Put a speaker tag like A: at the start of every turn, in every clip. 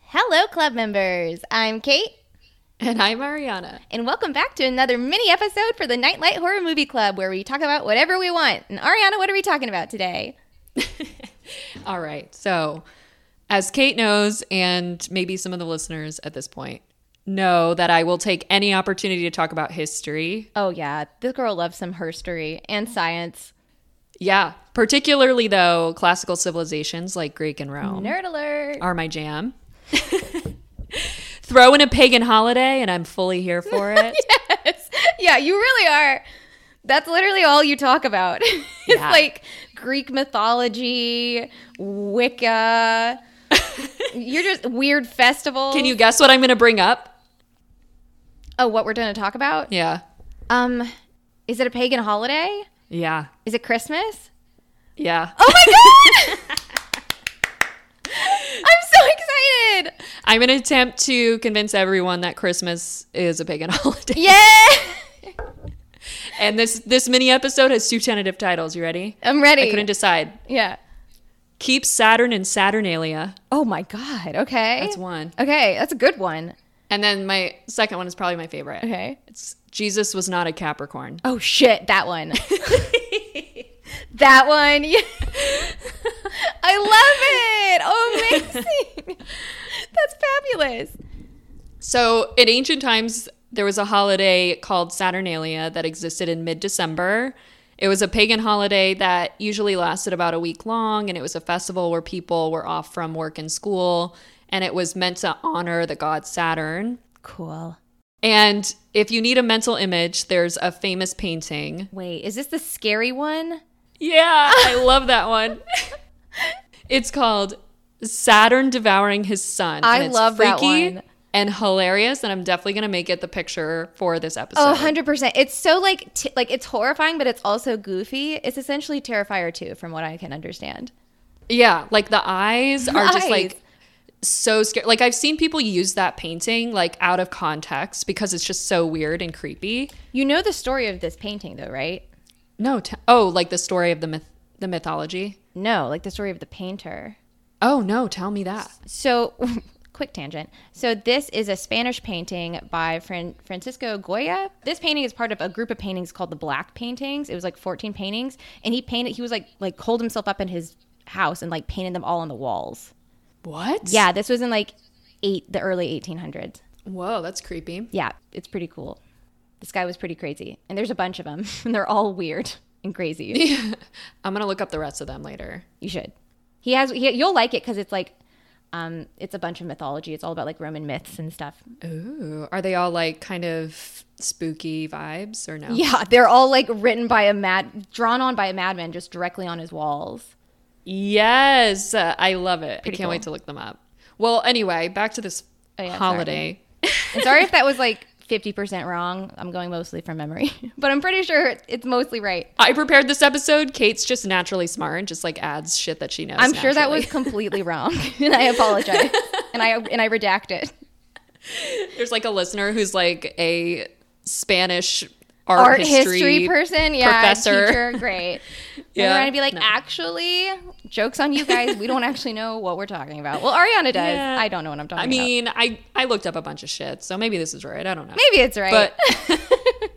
A: Hello, club members. I'm Kate,
B: And I'm Ariana.
A: and welcome back to another mini episode for the Nightlight Horror Movie Club where we talk about whatever we want. And Ariana, what are we talking about today?
B: All right. So, as Kate knows, and maybe some of the listeners at this point know, that I will take any opportunity to talk about history.
A: Oh, yeah, this girl loves some herstory and science.
B: Yeah. Particularly, though, classical civilizations like Greek and Rome
A: Nerd alert.
B: are my jam. Throw in a pagan holiday, and I'm fully here for it.
A: Yes. Yeah, you really are. That's literally all you talk about. it's
B: Yeah.
A: like Greek mythology, Wicca. You're just weird festivals.
B: Can you guess what I'm going to bring up?
A: Oh, what we're going to talk about?
B: Yeah.
A: Um, is it a pagan holiday?
B: Yeah.
A: Is it Christmas?
B: Yeah.
A: Oh my god! I'm so excited!
B: I'm going to attempt to convince everyone that Christmas is a pagan holiday.
A: Yeah,
B: And this this mini episode has two tentative titles. You ready?
A: I'm ready.
B: I couldn't decide.
A: yeah.
B: Keep Saturn and Saturnalia.
A: Oh my god. Okay.
B: That's one.
A: Okay, that's a good one.
B: And then my second one is probably my favorite.
A: Okay.
B: It's Jesus was not a Capricorn.
A: Oh shit, that one. that one. Yeah. I love it. Amazing. that's fabulous.
B: So in ancient times, there was a holiday called Saturnalia that existed in mid December. It was a pagan holiday that usually lasted about a week long, and it was a festival where people were off from work and school, and it was meant to honor the god Saturn.
A: Cool.
B: And if you need a mental image, there's a famous painting.
A: Wait, is this the scary one?
B: Yeah, I love that one. it's called Saturn Devouring His Son.
A: I
B: and it's
A: love that one.
B: And hilarious, and I'm definitely gonna make it the picture for this episode.
A: Oh, 100%. It's so like t- like it's horrifying but it's also goofy. It's essentially Terrifier 2 from what I can understand.
B: yeah, like the eyes are just
A: Eyes.
B: like so scary. Like I've seen people use that painting like out of context because it's just so weird and creepy.
A: You know the story of this painting though, right?
B: No, t- oh, like the story of the myth, the mythology.
A: No, like the story of the painter.
B: Oh no, tell me that.
A: So, quick tangent. So, this is a Spanish painting by Fran- Francisco Goya. This painting is part of a group of paintings called the Black Paintings. It was like 14 paintings, and he painted. He was like like holed himself up in his house and like painted them all on the walls.
B: What?
A: Yeah, this was in like eight the early 1800s.
B: Whoa, that's creepy.
A: Yeah, it's pretty cool. This guy was pretty crazy, and there's a bunch of them, and they're all weird and crazy.
B: I'm gonna look up the rest of them later.
A: You should. He has. He, you'll like it because it's like, um, it's a bunch of mythology. It's all about like Roman myths and stuff.
B: Ooh, are they all like kind of spooky vibes or no?
A: Yeah, they're all like written by a mad, drawn on by a madman, just directly on his walls.
B: Yes, uh, I love it. I can't
A: cool.
B: wait to look them up. Well, anyway, back to this
A: Oh, yeah, sorry.
B: holiday.
A: And sorry if that was like fifty percent wrong. I'm going mostly from memory, but I'm pretty sure it's mostly right.
B: I prepared this episode. Kate's just naturally smart and just like adds shit that she knows.
A: I'm sure that was
B: naturally.
A: completely wrong, and I apologize. and I and I redact it.
B: There's like a listener who's like a Spanish art,
A: Art
B: history,
A: history, person, yeah,
B: professor.
A: teacher, great. Yeah,
B: Yeah,
A: and we're gonna be like,
B: no.
A: actually, jokes on you guys. We don't actually know what we're talking about. Well, Ariana does.
B: Yeah.
A: I don't know what I'm talking
B: I mean, I I looked up a bunch of shit, so maybe this is right. I don't know.
A: about. Maybe it's right.
B: But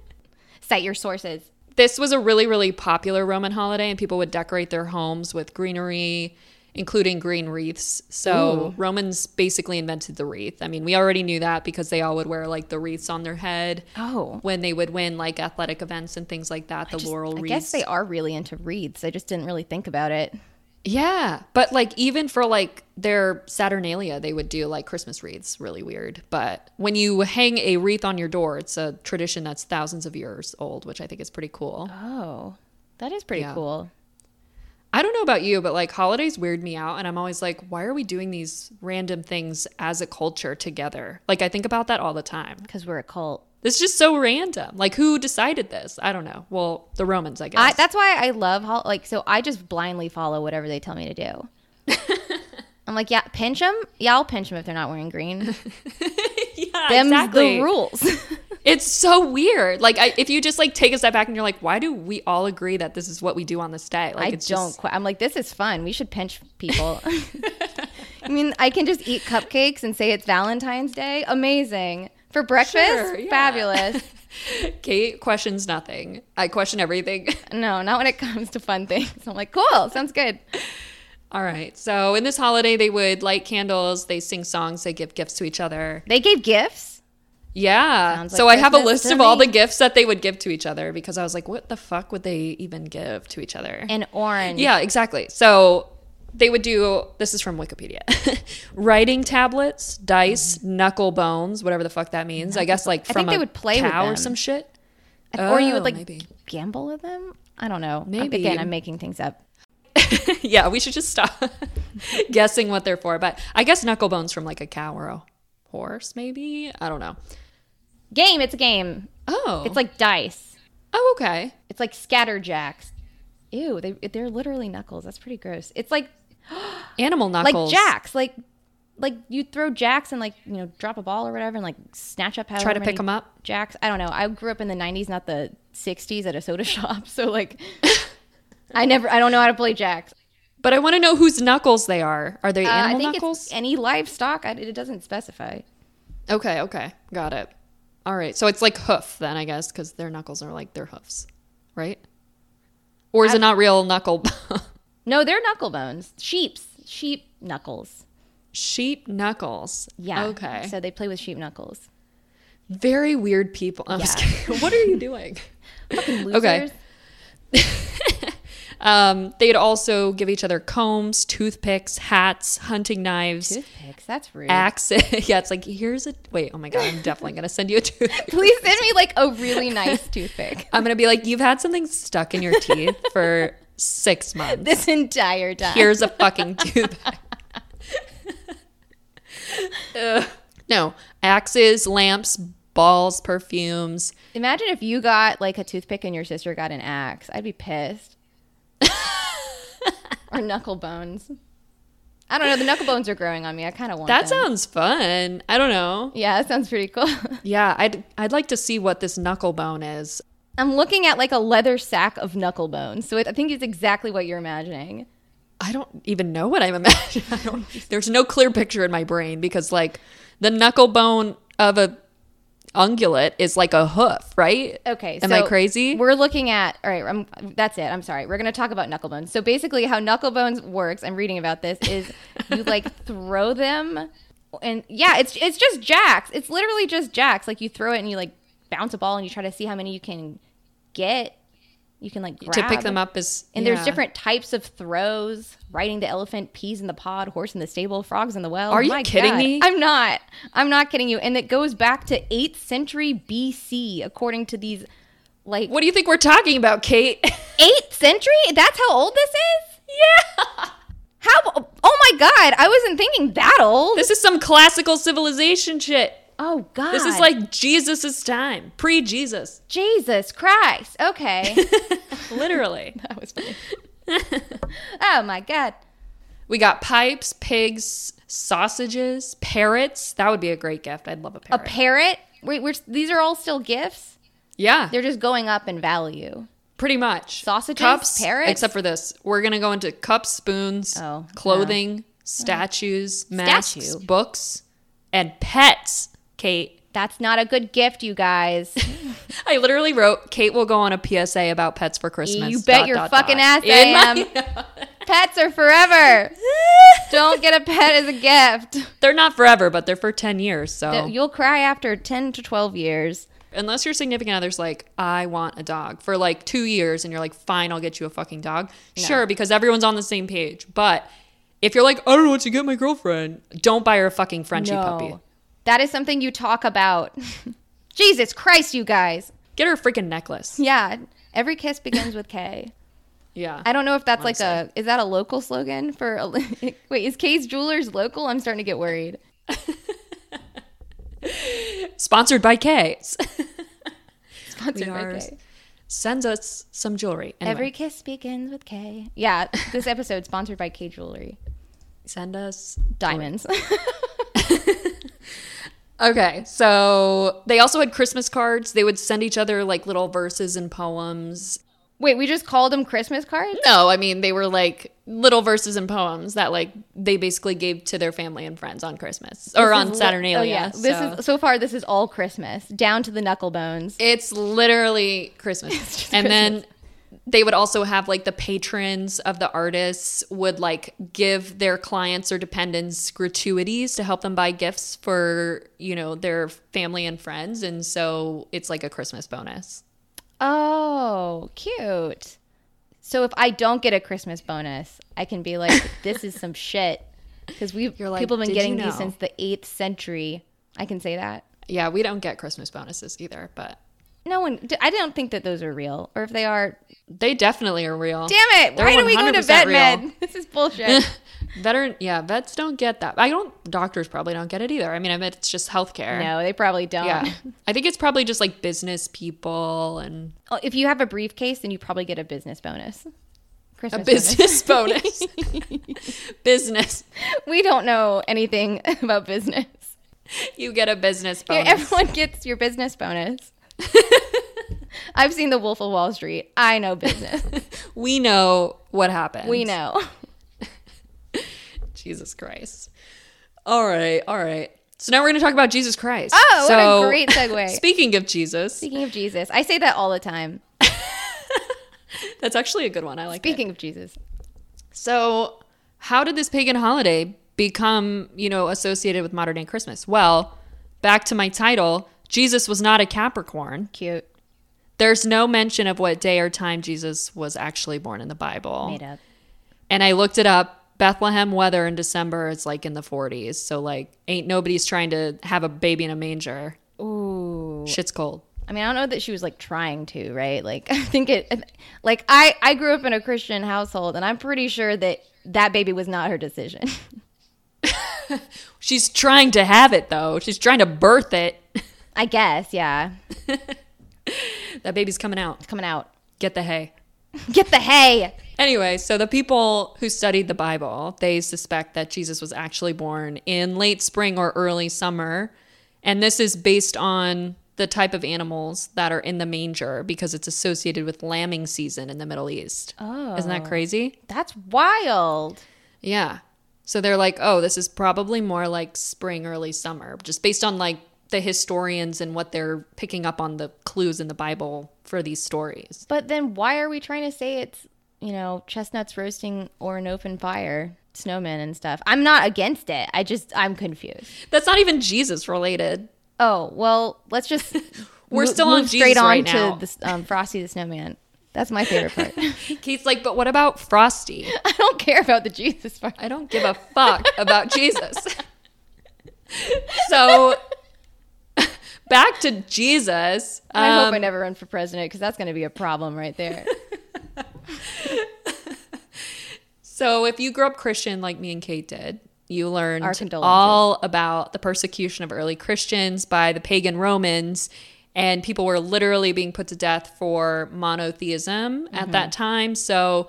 A: Cite your sources.
B: this was a really really popular roman holiday and people would decorate their homes with greenery including green wreaths so romans basically invented the wreath i mean we already knew that because they all would wear like the wreaths on their head
A: Oh.
B: when they would win like athletic events and things like that the
A: Just-
B: laurel
A: I
B: wreaths
A: guess they are really into wreaths. I just didn't really think about it.
B: yeah but like even for like their saturnalia they would do like christmas wreaths really weird but when you hang a wreath on your door it's a tradition that's thousands of years old which i think is pretty cool
A: Oh, that is pretty
B: Yeah.
A: cool.
B: I don't know about you, but like holidays weird me out. And I'm always like, why are we doing these random things as a culture together? Like, I think about that all the time.
A: Because we're a cult.
B: This is just so random. Like, who decided this? I don't know. Well, the Romans, I guess.
A: I, that's why I love hol- like so. I just blindly follow whatever they tell me to do. I'm like, yeah, pinch them. Yeah, I'll pinch them if they're not wearing green.
B: yeah,
A: Them's
B: exactly.
A: the rules.
B: It's so weird. Like, I, if you just like take a step back and you're like, why do we all agree that this is what we do on this day? Like,
A: I
B: it's
A: don't.
B: Just,
A: Qu- I'm like, this is fun. We should pinch people. I mean, I can just eat cupcakes and say it's Valentine's Day. Amazing. For breakfast,
B: Sure, yeah.
A: fabulous.
B: Kate questions nothing. I question everything.
A: No, not when it comes to fun things. I'm like, cool, sounds good.
B: All right. So in this holiday, they would light candles, they sing songs, they give gifts to each other.
A: They gave gifts.
B: Yeah.
A: Sounds like
B: so I have a
A: Christmas
B: list
A: to
B: of all
A: me.
B: the gifts that they would give to each other because I was like, what the fuck would they even give to each other?
A: An orange.
B: yeah, exactly. So they would do this is from Wikipedia writing tablets, dice, knuckle bones, whatever the fuck that means. I guess like
A: Mm-hmm. think
B: from
A: they
B: a
A: would play with
B: cow or
A: them.
B: some shit.
A: or you
B: Oh,
A: would like
B: maybe.
A: gamble with them. I don't know.
B: Maybe.
A: Again, I'm making things up.
B: yeah, we should just stop guessing what they're for. But I guess knuckle bones from like a cow or a horse, maybe. I don't know.
A: Game, it's a game.
B: Oh,
A: It's like dice.
B: oh, okay.
A: It's like scatterjacks. Ew, they they're literally knuckles. That's pretty gross. It's like
B: Animal
A: like
B: knuckles.
A: jacks, like like you throw jacks and like you know drop a ball or whatever and like snatch up.
B: Try to
A: however
B: pick
A: many
B: them up.
A: Jacks. I don't know. I grew up in the '90s, not the '60s, at a soda shop. So like, I never. I don't know how to play jacks.
B: But I want to know whose knuckles they are. Are they
A: Uh, I
B: animal
A: think
B: knuckles?
A: it's any livestock. I, it doesn't specify.
B: okay, okay. Got it. All right. So it's like hoof then, I guess, because their knuckles are like their hoofs, right? Or is it not real knuckle?
A: No, they're knuckle bones. Sheep's sheep knuckles.
B: sheep knuckles.
A: Yeah.
B: Okay.
A: So they play with sheep knuckles.
B: Very weird people. I'm just
A: Yeah.
B: kidding. What are you doing?
A: Fucking losers.
B: Okay. Um, they'd also give each other combs, toothpicks, hats, hunting knives,
A: Toothpicks. That's rude.
B: axes. yeah, it's like here's a wait. Oh my god, I'm definitely gonna send you a toothpick.
A: Please send me like a really nice toothpick.
B: I'm gonna be like, you've had something stuck in your teeth for six months.
A: This entire time.
B: Here's a fucking toothpick. Ugh. no axes, lamps, balls, perfumes.
A: Imagine if you got like a toothpick and your sister got an axe. I'd be pissed. or knuckle bones. I don't know. The knuckle bones are growing on me. I kind of want them.
B: That sounds fun. I don't know.
A: yeah, that sounds pretty cool.
B: Yeah, I'd I'd like to see what this knuckle bone is.
A: I'm looking at like a leather sack of knuckle bones. So it, I think it's exactly what you're imagining.
B: I don't even know what I'm imagining. I don't, there's no clear picture in my brain because like the knuckle bone of a ungulate is like a hoof, right?
A: Okay.
B: Am I crazy?
A: We're looking at all right. I'm, that's it. I'm sorry. We're gonna talk about knuckle bones. So basically, how knuckle bones works. I'm reading about this. Is you like throw them, and yeah, it's it's just jacks. It's literally just jacks. Like you throw it and you like bounce a ball and you try to see how many you can get. You can like grab.
B: To pick them up is
A: And
B: yeah.
A: there's different types of throws: riding the elephant, peas in the pod, horse in the stable, frogs in the well.
B: Are you
A: My
B: kidding
A: God.
B: me?
A: I'm not. I'm not kidding you. And it goes back to 8th century BC, according to these. Like
B: What do you think we're talking about, Kate?
A: 8th century? That's how old this is? Yeah. How? Oh my God! I wasn't thinking that old.
B: this is some classical civilization shit.
A: oh God!
B: This is like Jesus' time, pre-Jesus,
A: Jesus Christ. Okay.
B: literally.
A: that was funny. oh my God.
B: we got pipes, pigs, sausages, parrots. That would be a great gift. I'd love a
A: A
B: parrot.
A: parrot? Wait, we're, these are all still gifts.
B: yeah,
A: They're just going up in value.
B: Pretty much.
A: Sausages,
B: cups,
A: parrots?
B: Except for this. We're going to go into cups, spoons,
A: Oh,
B: clothing, statues, masks,
A: Statue.
B: books, and pets. Kate.
A: That's not a good gift, you guys.
B: I literally wrote, Kate will go on a PSA about pets for Christmas.
A: You bet
B: dot,
A: your
B: dot,
A: fucking
B: dot.
A: ass
B: In
A: I Pets are forever. Don't get a pet as a gift.
B: They're not forever, but they're for 10 years. So
A: You'll cry after 10 to 12 years.
B: unless your significant other's like, I want a dog for like two years, and you're like, fine, I'll get you a fucking dog. Sure, because everyone's on the same page. But if you're like, I don't know what to get my girlfriend, don't buy her a fucking Frenchie puppy.
A: That is something you talk about. Jesus Christ, you guys.
B: Get her a freaking necklace.
A: Yeah. Every kiss begins with K.
B: Yeah.
A: I don't know if that's like a is that a local slogan for a, Wait, is K's Jewelers local? I'm starting to get worried.
B: Sponsored by K.
A: Sponsored by
B: are-
A: K.
B: Sends us some jewelry. Anyway,
A: Every kiss begins with K. Yeah, this episode sponsored by K Jewelry.
B: send us.
A: Diamonds.
B: Okay. So they also had Christmas cards. They would send each other like little verses and poems.
A: Wait, we just called them Christmas cards?
B: No, I mean they were like little verses and poems that like they basically gave to their family and friends on Christmas or
A: This
B: on
A: is li-
B: Saturnalia.
A: Oh, yeah. This
B: so.
A: is so far this is all Christmas, down to the knuckle bones.
B: It's literally Christmas.
A: just
B: and then they would also have like the patrons of the artists would like give their clients or dependents gratuities to help them buy gifts for, you know, their family and friends. And so it's like a Christmas bonus.
A: Oh, cute. So if I don't get a Christmas bonus, I can be like, this is some shit. Because we've
B: You're like,
A: people have been
B: "Did you
A: getting
B: know?"
A: these since the eighth century. I can say that.
B: Yeah, we don't get Christmas bonuses either, but
A: No one. d- I don't think that those are real, or if they are,
B: they definitely are real.
A: damn it!
B: They're
A: Why do we go to
B: 100%
A: vet
B: real.
A: med? This is bullshit.
B: Veteran, yeah, vets don't get that. I don't, doctors probably don't get it either. I mean, I bet it's just healthcare.
A: no, they probably don't.
B: Yeah. I think it's probably just like business people and
A: Oh, If you have a briefcase, then you probably get a business bonus. Christmas
B: a business bonus. business.
A: bonus. We don't know anything about business.
B: You get a business
A: Yeah,
B: bonus.
A: Everyone gets your business bonus. I've seen The Wolf of Wall Street. I know business.
B: we know what happened.
A: we know.
B: Jesus Christ. All right. All right. So now we're going to talk about Jesus Christ.
A: Oh, what a
B: So,
A: great segue.
B: speaking of Jesus,
A: Speaking of Jesus, I say that all the time.
B: that's actually a good one. I like it.
A: Speaking of Jesus,
B: So, how did this pagan holiday become, you know, associated with modern day Christmas? Well, back to my title, Jesus was not a Capricorn.
A: cute.
B: There's no mention of what day or time Jesus was actually born in the Bible.
A: Made up.
B: And I looked it up. Bethlehem weather in December is like in the 40s. So, like, ain't nobody's trying to have a baby in a manger.
A: Ooh.
B: Shit's cold.
A: I mean, I don't know that she was like trying to, right? Like, I think it, like, I, I grew up in a Christian household and I'm pretty sure that that baby was not her decision.
B: She's trying to have it, though. She's trying to birth it.
A: I guess, yeah.
B: that baby's coming out.
A: It's coming out.
B: Get the hay.
A: Get the hay.
B: Anyway, so the people who studied the Bible, they suspect that Jesus was actually born in late spring or early summer. And this is based on the type of animals that are in the manger because it's associated with lambing season in the Middle East. Oh. Isn't that crazy?
A: That's wild.
B: Yeah. So they're like, "Oh, this is probably more like spring early summer," just based on like the historians and what they're picking up on the clues in the Bible for these stories.
A: But then why are we trying to say it's, you know, chestnuts roasting or an open fire, snowmen and stuff? I'm not against it. I just, I'm confused.
B: That's not even Jesus related.
A: Oh, well, let's just.
B: We're
A: mo-
B: still
A: move
B: on Jesus right
A: to
B: now.
A: this, um, Frosty the Snowman. That's my favorite part.
B: Kate's like, but what about Frosty?
A: I don't care about the Jesus part.
B: I don't give a fuck about Jesus. so back to Jesus.
A: I hope I
B: Um,
A: never run for president because that's going to be a problem right there.
B: so if you grew up Christian like me and Kate did, you learned
A: Our condolences.
B: all about the persecution of early Christians by the pagan Romans. And people were literally being put to death for monotheism
A: Mm-hmm.
B: at that time. So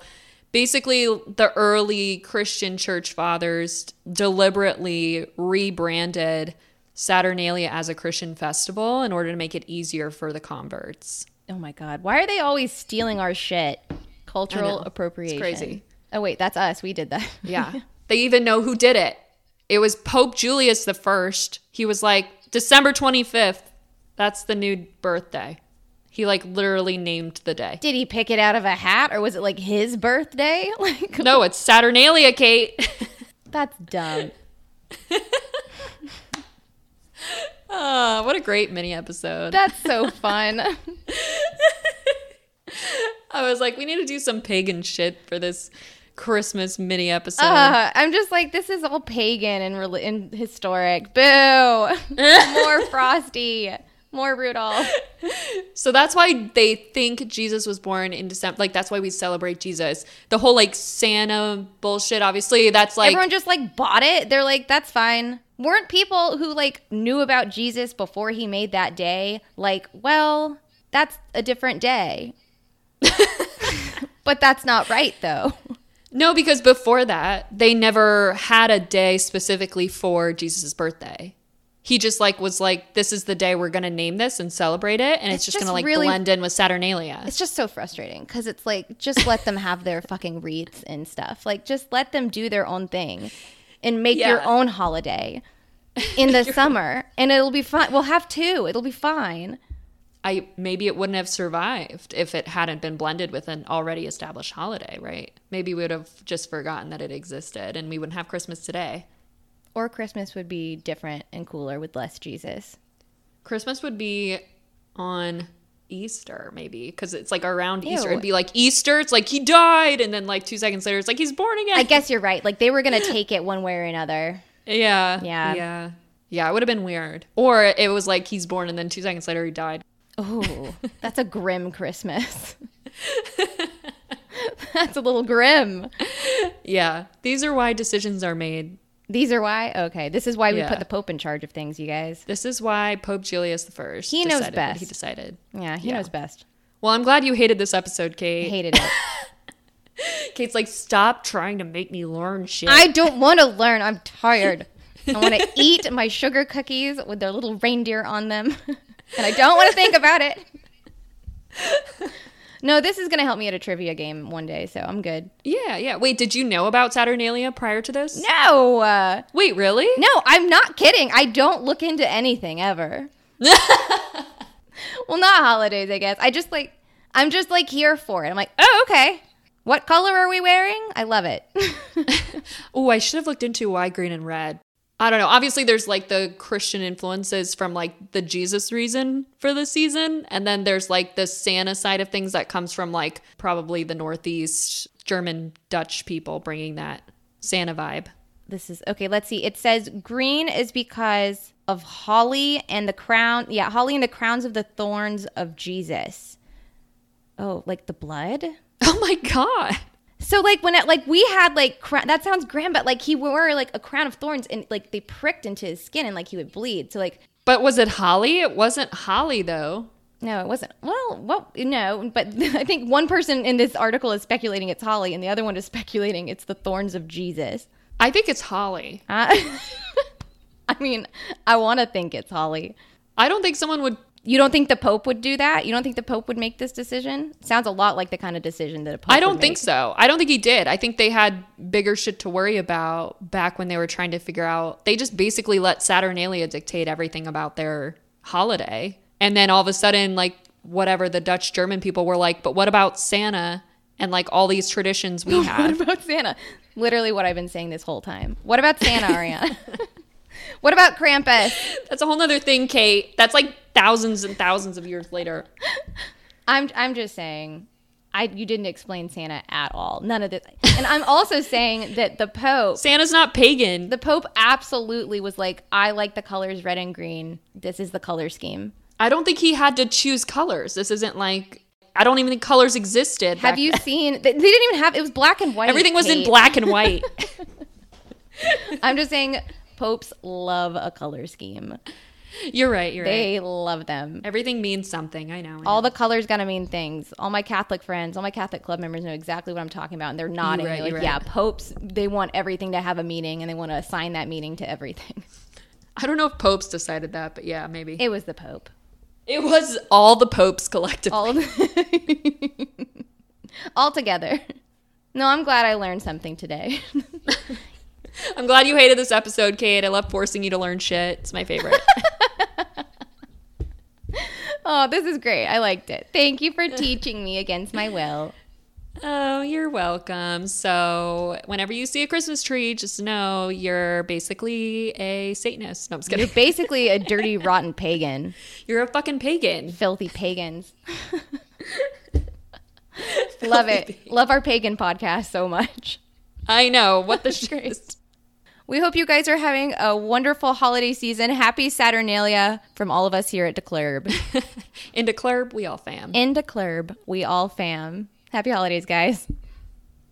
B: basically, the early Christian church fathers deliberately rebranded Saturnalia as a Christian festival in order to make it easier for the converts.
A: oh my God. Why are they always stealing our shit? Cultural appropriation.
B: crazy.
A: Oh, wait, that's us. We did that.
B: Yeah. they even know who did it. It was Pope Julius the First. He was like December 25th. That's the new birthday. He like literally named the day.
A: Did he pick it out of a hat or was it like his birthday? Like,
B: No, it's Saturnalia, Kate.
A: that's dumb.
B: Ah, what a great mini episode.
A: That's so fun. Uh,
B: I was like, we need to do some pagan shit for this Christmas mini episode.
A: Uh, I'm just like, this is all pagan and, reli- and historic. Boo. More Frosty. More Rudolph.
B: So that's why they think Jesus was born in December. Like that's why we celebrate Jesus. The whole like Santa bullshit. Obviously, that's like
A: everyone just like bought it. They're like, that's fine. Weren't people who like knew about Jesus before he made that day like, well, that's a different day. but that's not right though.
B: No, because before that, they never had a day specifically for Jesus' birthday. He just like was like, this is the day we're gonna name this and celebrate it, and it's,
A: It's
B: just,
A: just
B: gonna like
A: really-
B: blend in with Saturnalia.
A: It's just so frustrating because it's like just let them have their fucking wreaths and stuff. Like just let them do their own thing and make your
B: Yeah.
A: own holiday in the summer, and it'll be fine. We'll have two. It'll be fine.
B: I maybe it wouldn't have survived if it hadn't been blended with an already established holiday, right? Maybe we would have just forgotten that it existed, and we wouldn't have Christmas today.
A: Or Christmas would be different and cooler with less Jesus.
B: Christmas would be on Easter, maybe, because it's like around
A: Ew.
B: Easter. It'd be like Easter. It's like he died, and then like two seconds later, it's like he's born again.
A: I guess you're right. Like they were gonna take it one way or another.
B: yeah,
A: Yeah.
B: yeah, yeah. It would have been weird, or it was like he's born, and then two seconds later, he died.
A: Oh, that's a grim Christmas. that's a little grim.
B: Yeah, these are why decisions are made.
A: These are why. Okay, this is why we
B: Yeah.
A: put the Pope in charge of things, you guys.
B: This is why Pope Julius the First.
A: He knows
B: decided what He
A: best.
B: decided.
A: Yeah, he
B: Yeah.
A: knows best.
B: Well, I'm glad you hated this episode, Kate.
A: Hated it.
B: Kate's like, stop trying to make me learn shit.
A: I don't want to learn. I'm tired. I want to eat my sugar cookies with their little reindeer on them. And I don't want to think about it. No, this is going to help me at a trivia game one day, so I'm good.
B: yeah, yeah. Wait, did you know about Saturnalia prior to this?
A: No. Uh,
B: Wait, really?
A: no, I'm not kidding. I don't look into anything ever. well, not holidays, I guess. I just like, I'm just like here for it. I'm like, oh, okay. What color are we wearing? I love it.
B: Oh, I should have looked into why green and red. I don't know. Obviously, there's like the Christian influences from like the Jesus reason for the season. And then there's like the Santa side of things that comes from like probably the Northeast German Dutch people bringing that Santa vibe.
A: this is okay let's see it says green is because of holly and the crown yeah holly and the crowns of the thorns of jesus oh like the blood
B: Oh my God.
A: so like when it like we had like cra- that sounds grand but like he wore like a crown of thorns and like they pricked into his skin and like he would bleed so like
B: But was it Holly? It wasn't Holly though.
A: no it wasn't well what no but i think one person in this article is speculating it's holly and the other one is speculating it's the thorns of jesus
B: I think it's Holly.
A: I i mean i want to think it's holly
B: I don't think someone would
A: You don't think the Pope would do that? You don't think the Pope would make this decision? Sounds a lot like the kind of decision that a Pope.
B: I don't
A: would
B: think
A: make.
B: so. I don't think he did. I think they had bigger shit to worry about back when they were trying to figure out. They just basically let Saturnalia dictate everything about their holiday. And then all of a sudden, like, whatever the Dutch German people were like, but what about Santa and like all these traditions we
A: What
B: have?
A: about Santa? Literally, what I've been saying this whole time. What about Santa, Ariana? what about Krampus?
B: That's a whole nother thing, Kate. That's like thousands and thousands of years later.
A: I'm I'm just saying, I you didn't explain Santa at all. None of this. And I'm also saying that the Pope,
B: Santa's not pagan.
A: the Pope absolutely was like, I like the colors red and green. This is the color scheme.
B: I don't think he had to choose colors. This isn't like, I don't even think colors existed.
A: Have
B: back
A: you
B: then.
A: seen? They they didn't even have. It was black and white.
B: Everything was in
A: Kate.
B: black and white.
A: I'm just saying, popes love a color scheme.
B: You're right. You're right.
A: They love them.
B: Everything means something. I know.
A: All the colors gotta mean things. All my Catholic friends, all my Catholic club members know exactly what I'm talking about, and they're nodding.
B: right,
A: They're like,
B: you're
A: yeah,
B: right.
A: popes, they want everything to have a meaning, and they want to assign that meaning to everything.
B: I don't know if popes decided that, but yeah, maybe it,
A: It was the Pope.
B: was all the popes collectively.
A: All of all together. No, I'm glad I learned something today.
B: I'm glad you hated this episode, Kate. I love forcing you to learn shit. It's my favorite.
A: oh, this is great. I liked it. Thank you for teaching me against my will.
B: oh, you're welcome. So whenever you see a Christmas tree, just know you're basically a Satanist. No, I'm just
A: You're
B: kidding.
A: basically a dirty, rotten pagan.
B: You're a fucking pagan.
A: filthy pagans. Love it. Love our pagan podcast so much.
B: I know. What the shit.
A: We hope you guys are having a wonderful holiday season. Happy Saturnalia from all of us here at DeClurb.
B: Into club, we all fam.
A: In DeClurb, we all fam. Happy holidays, guys.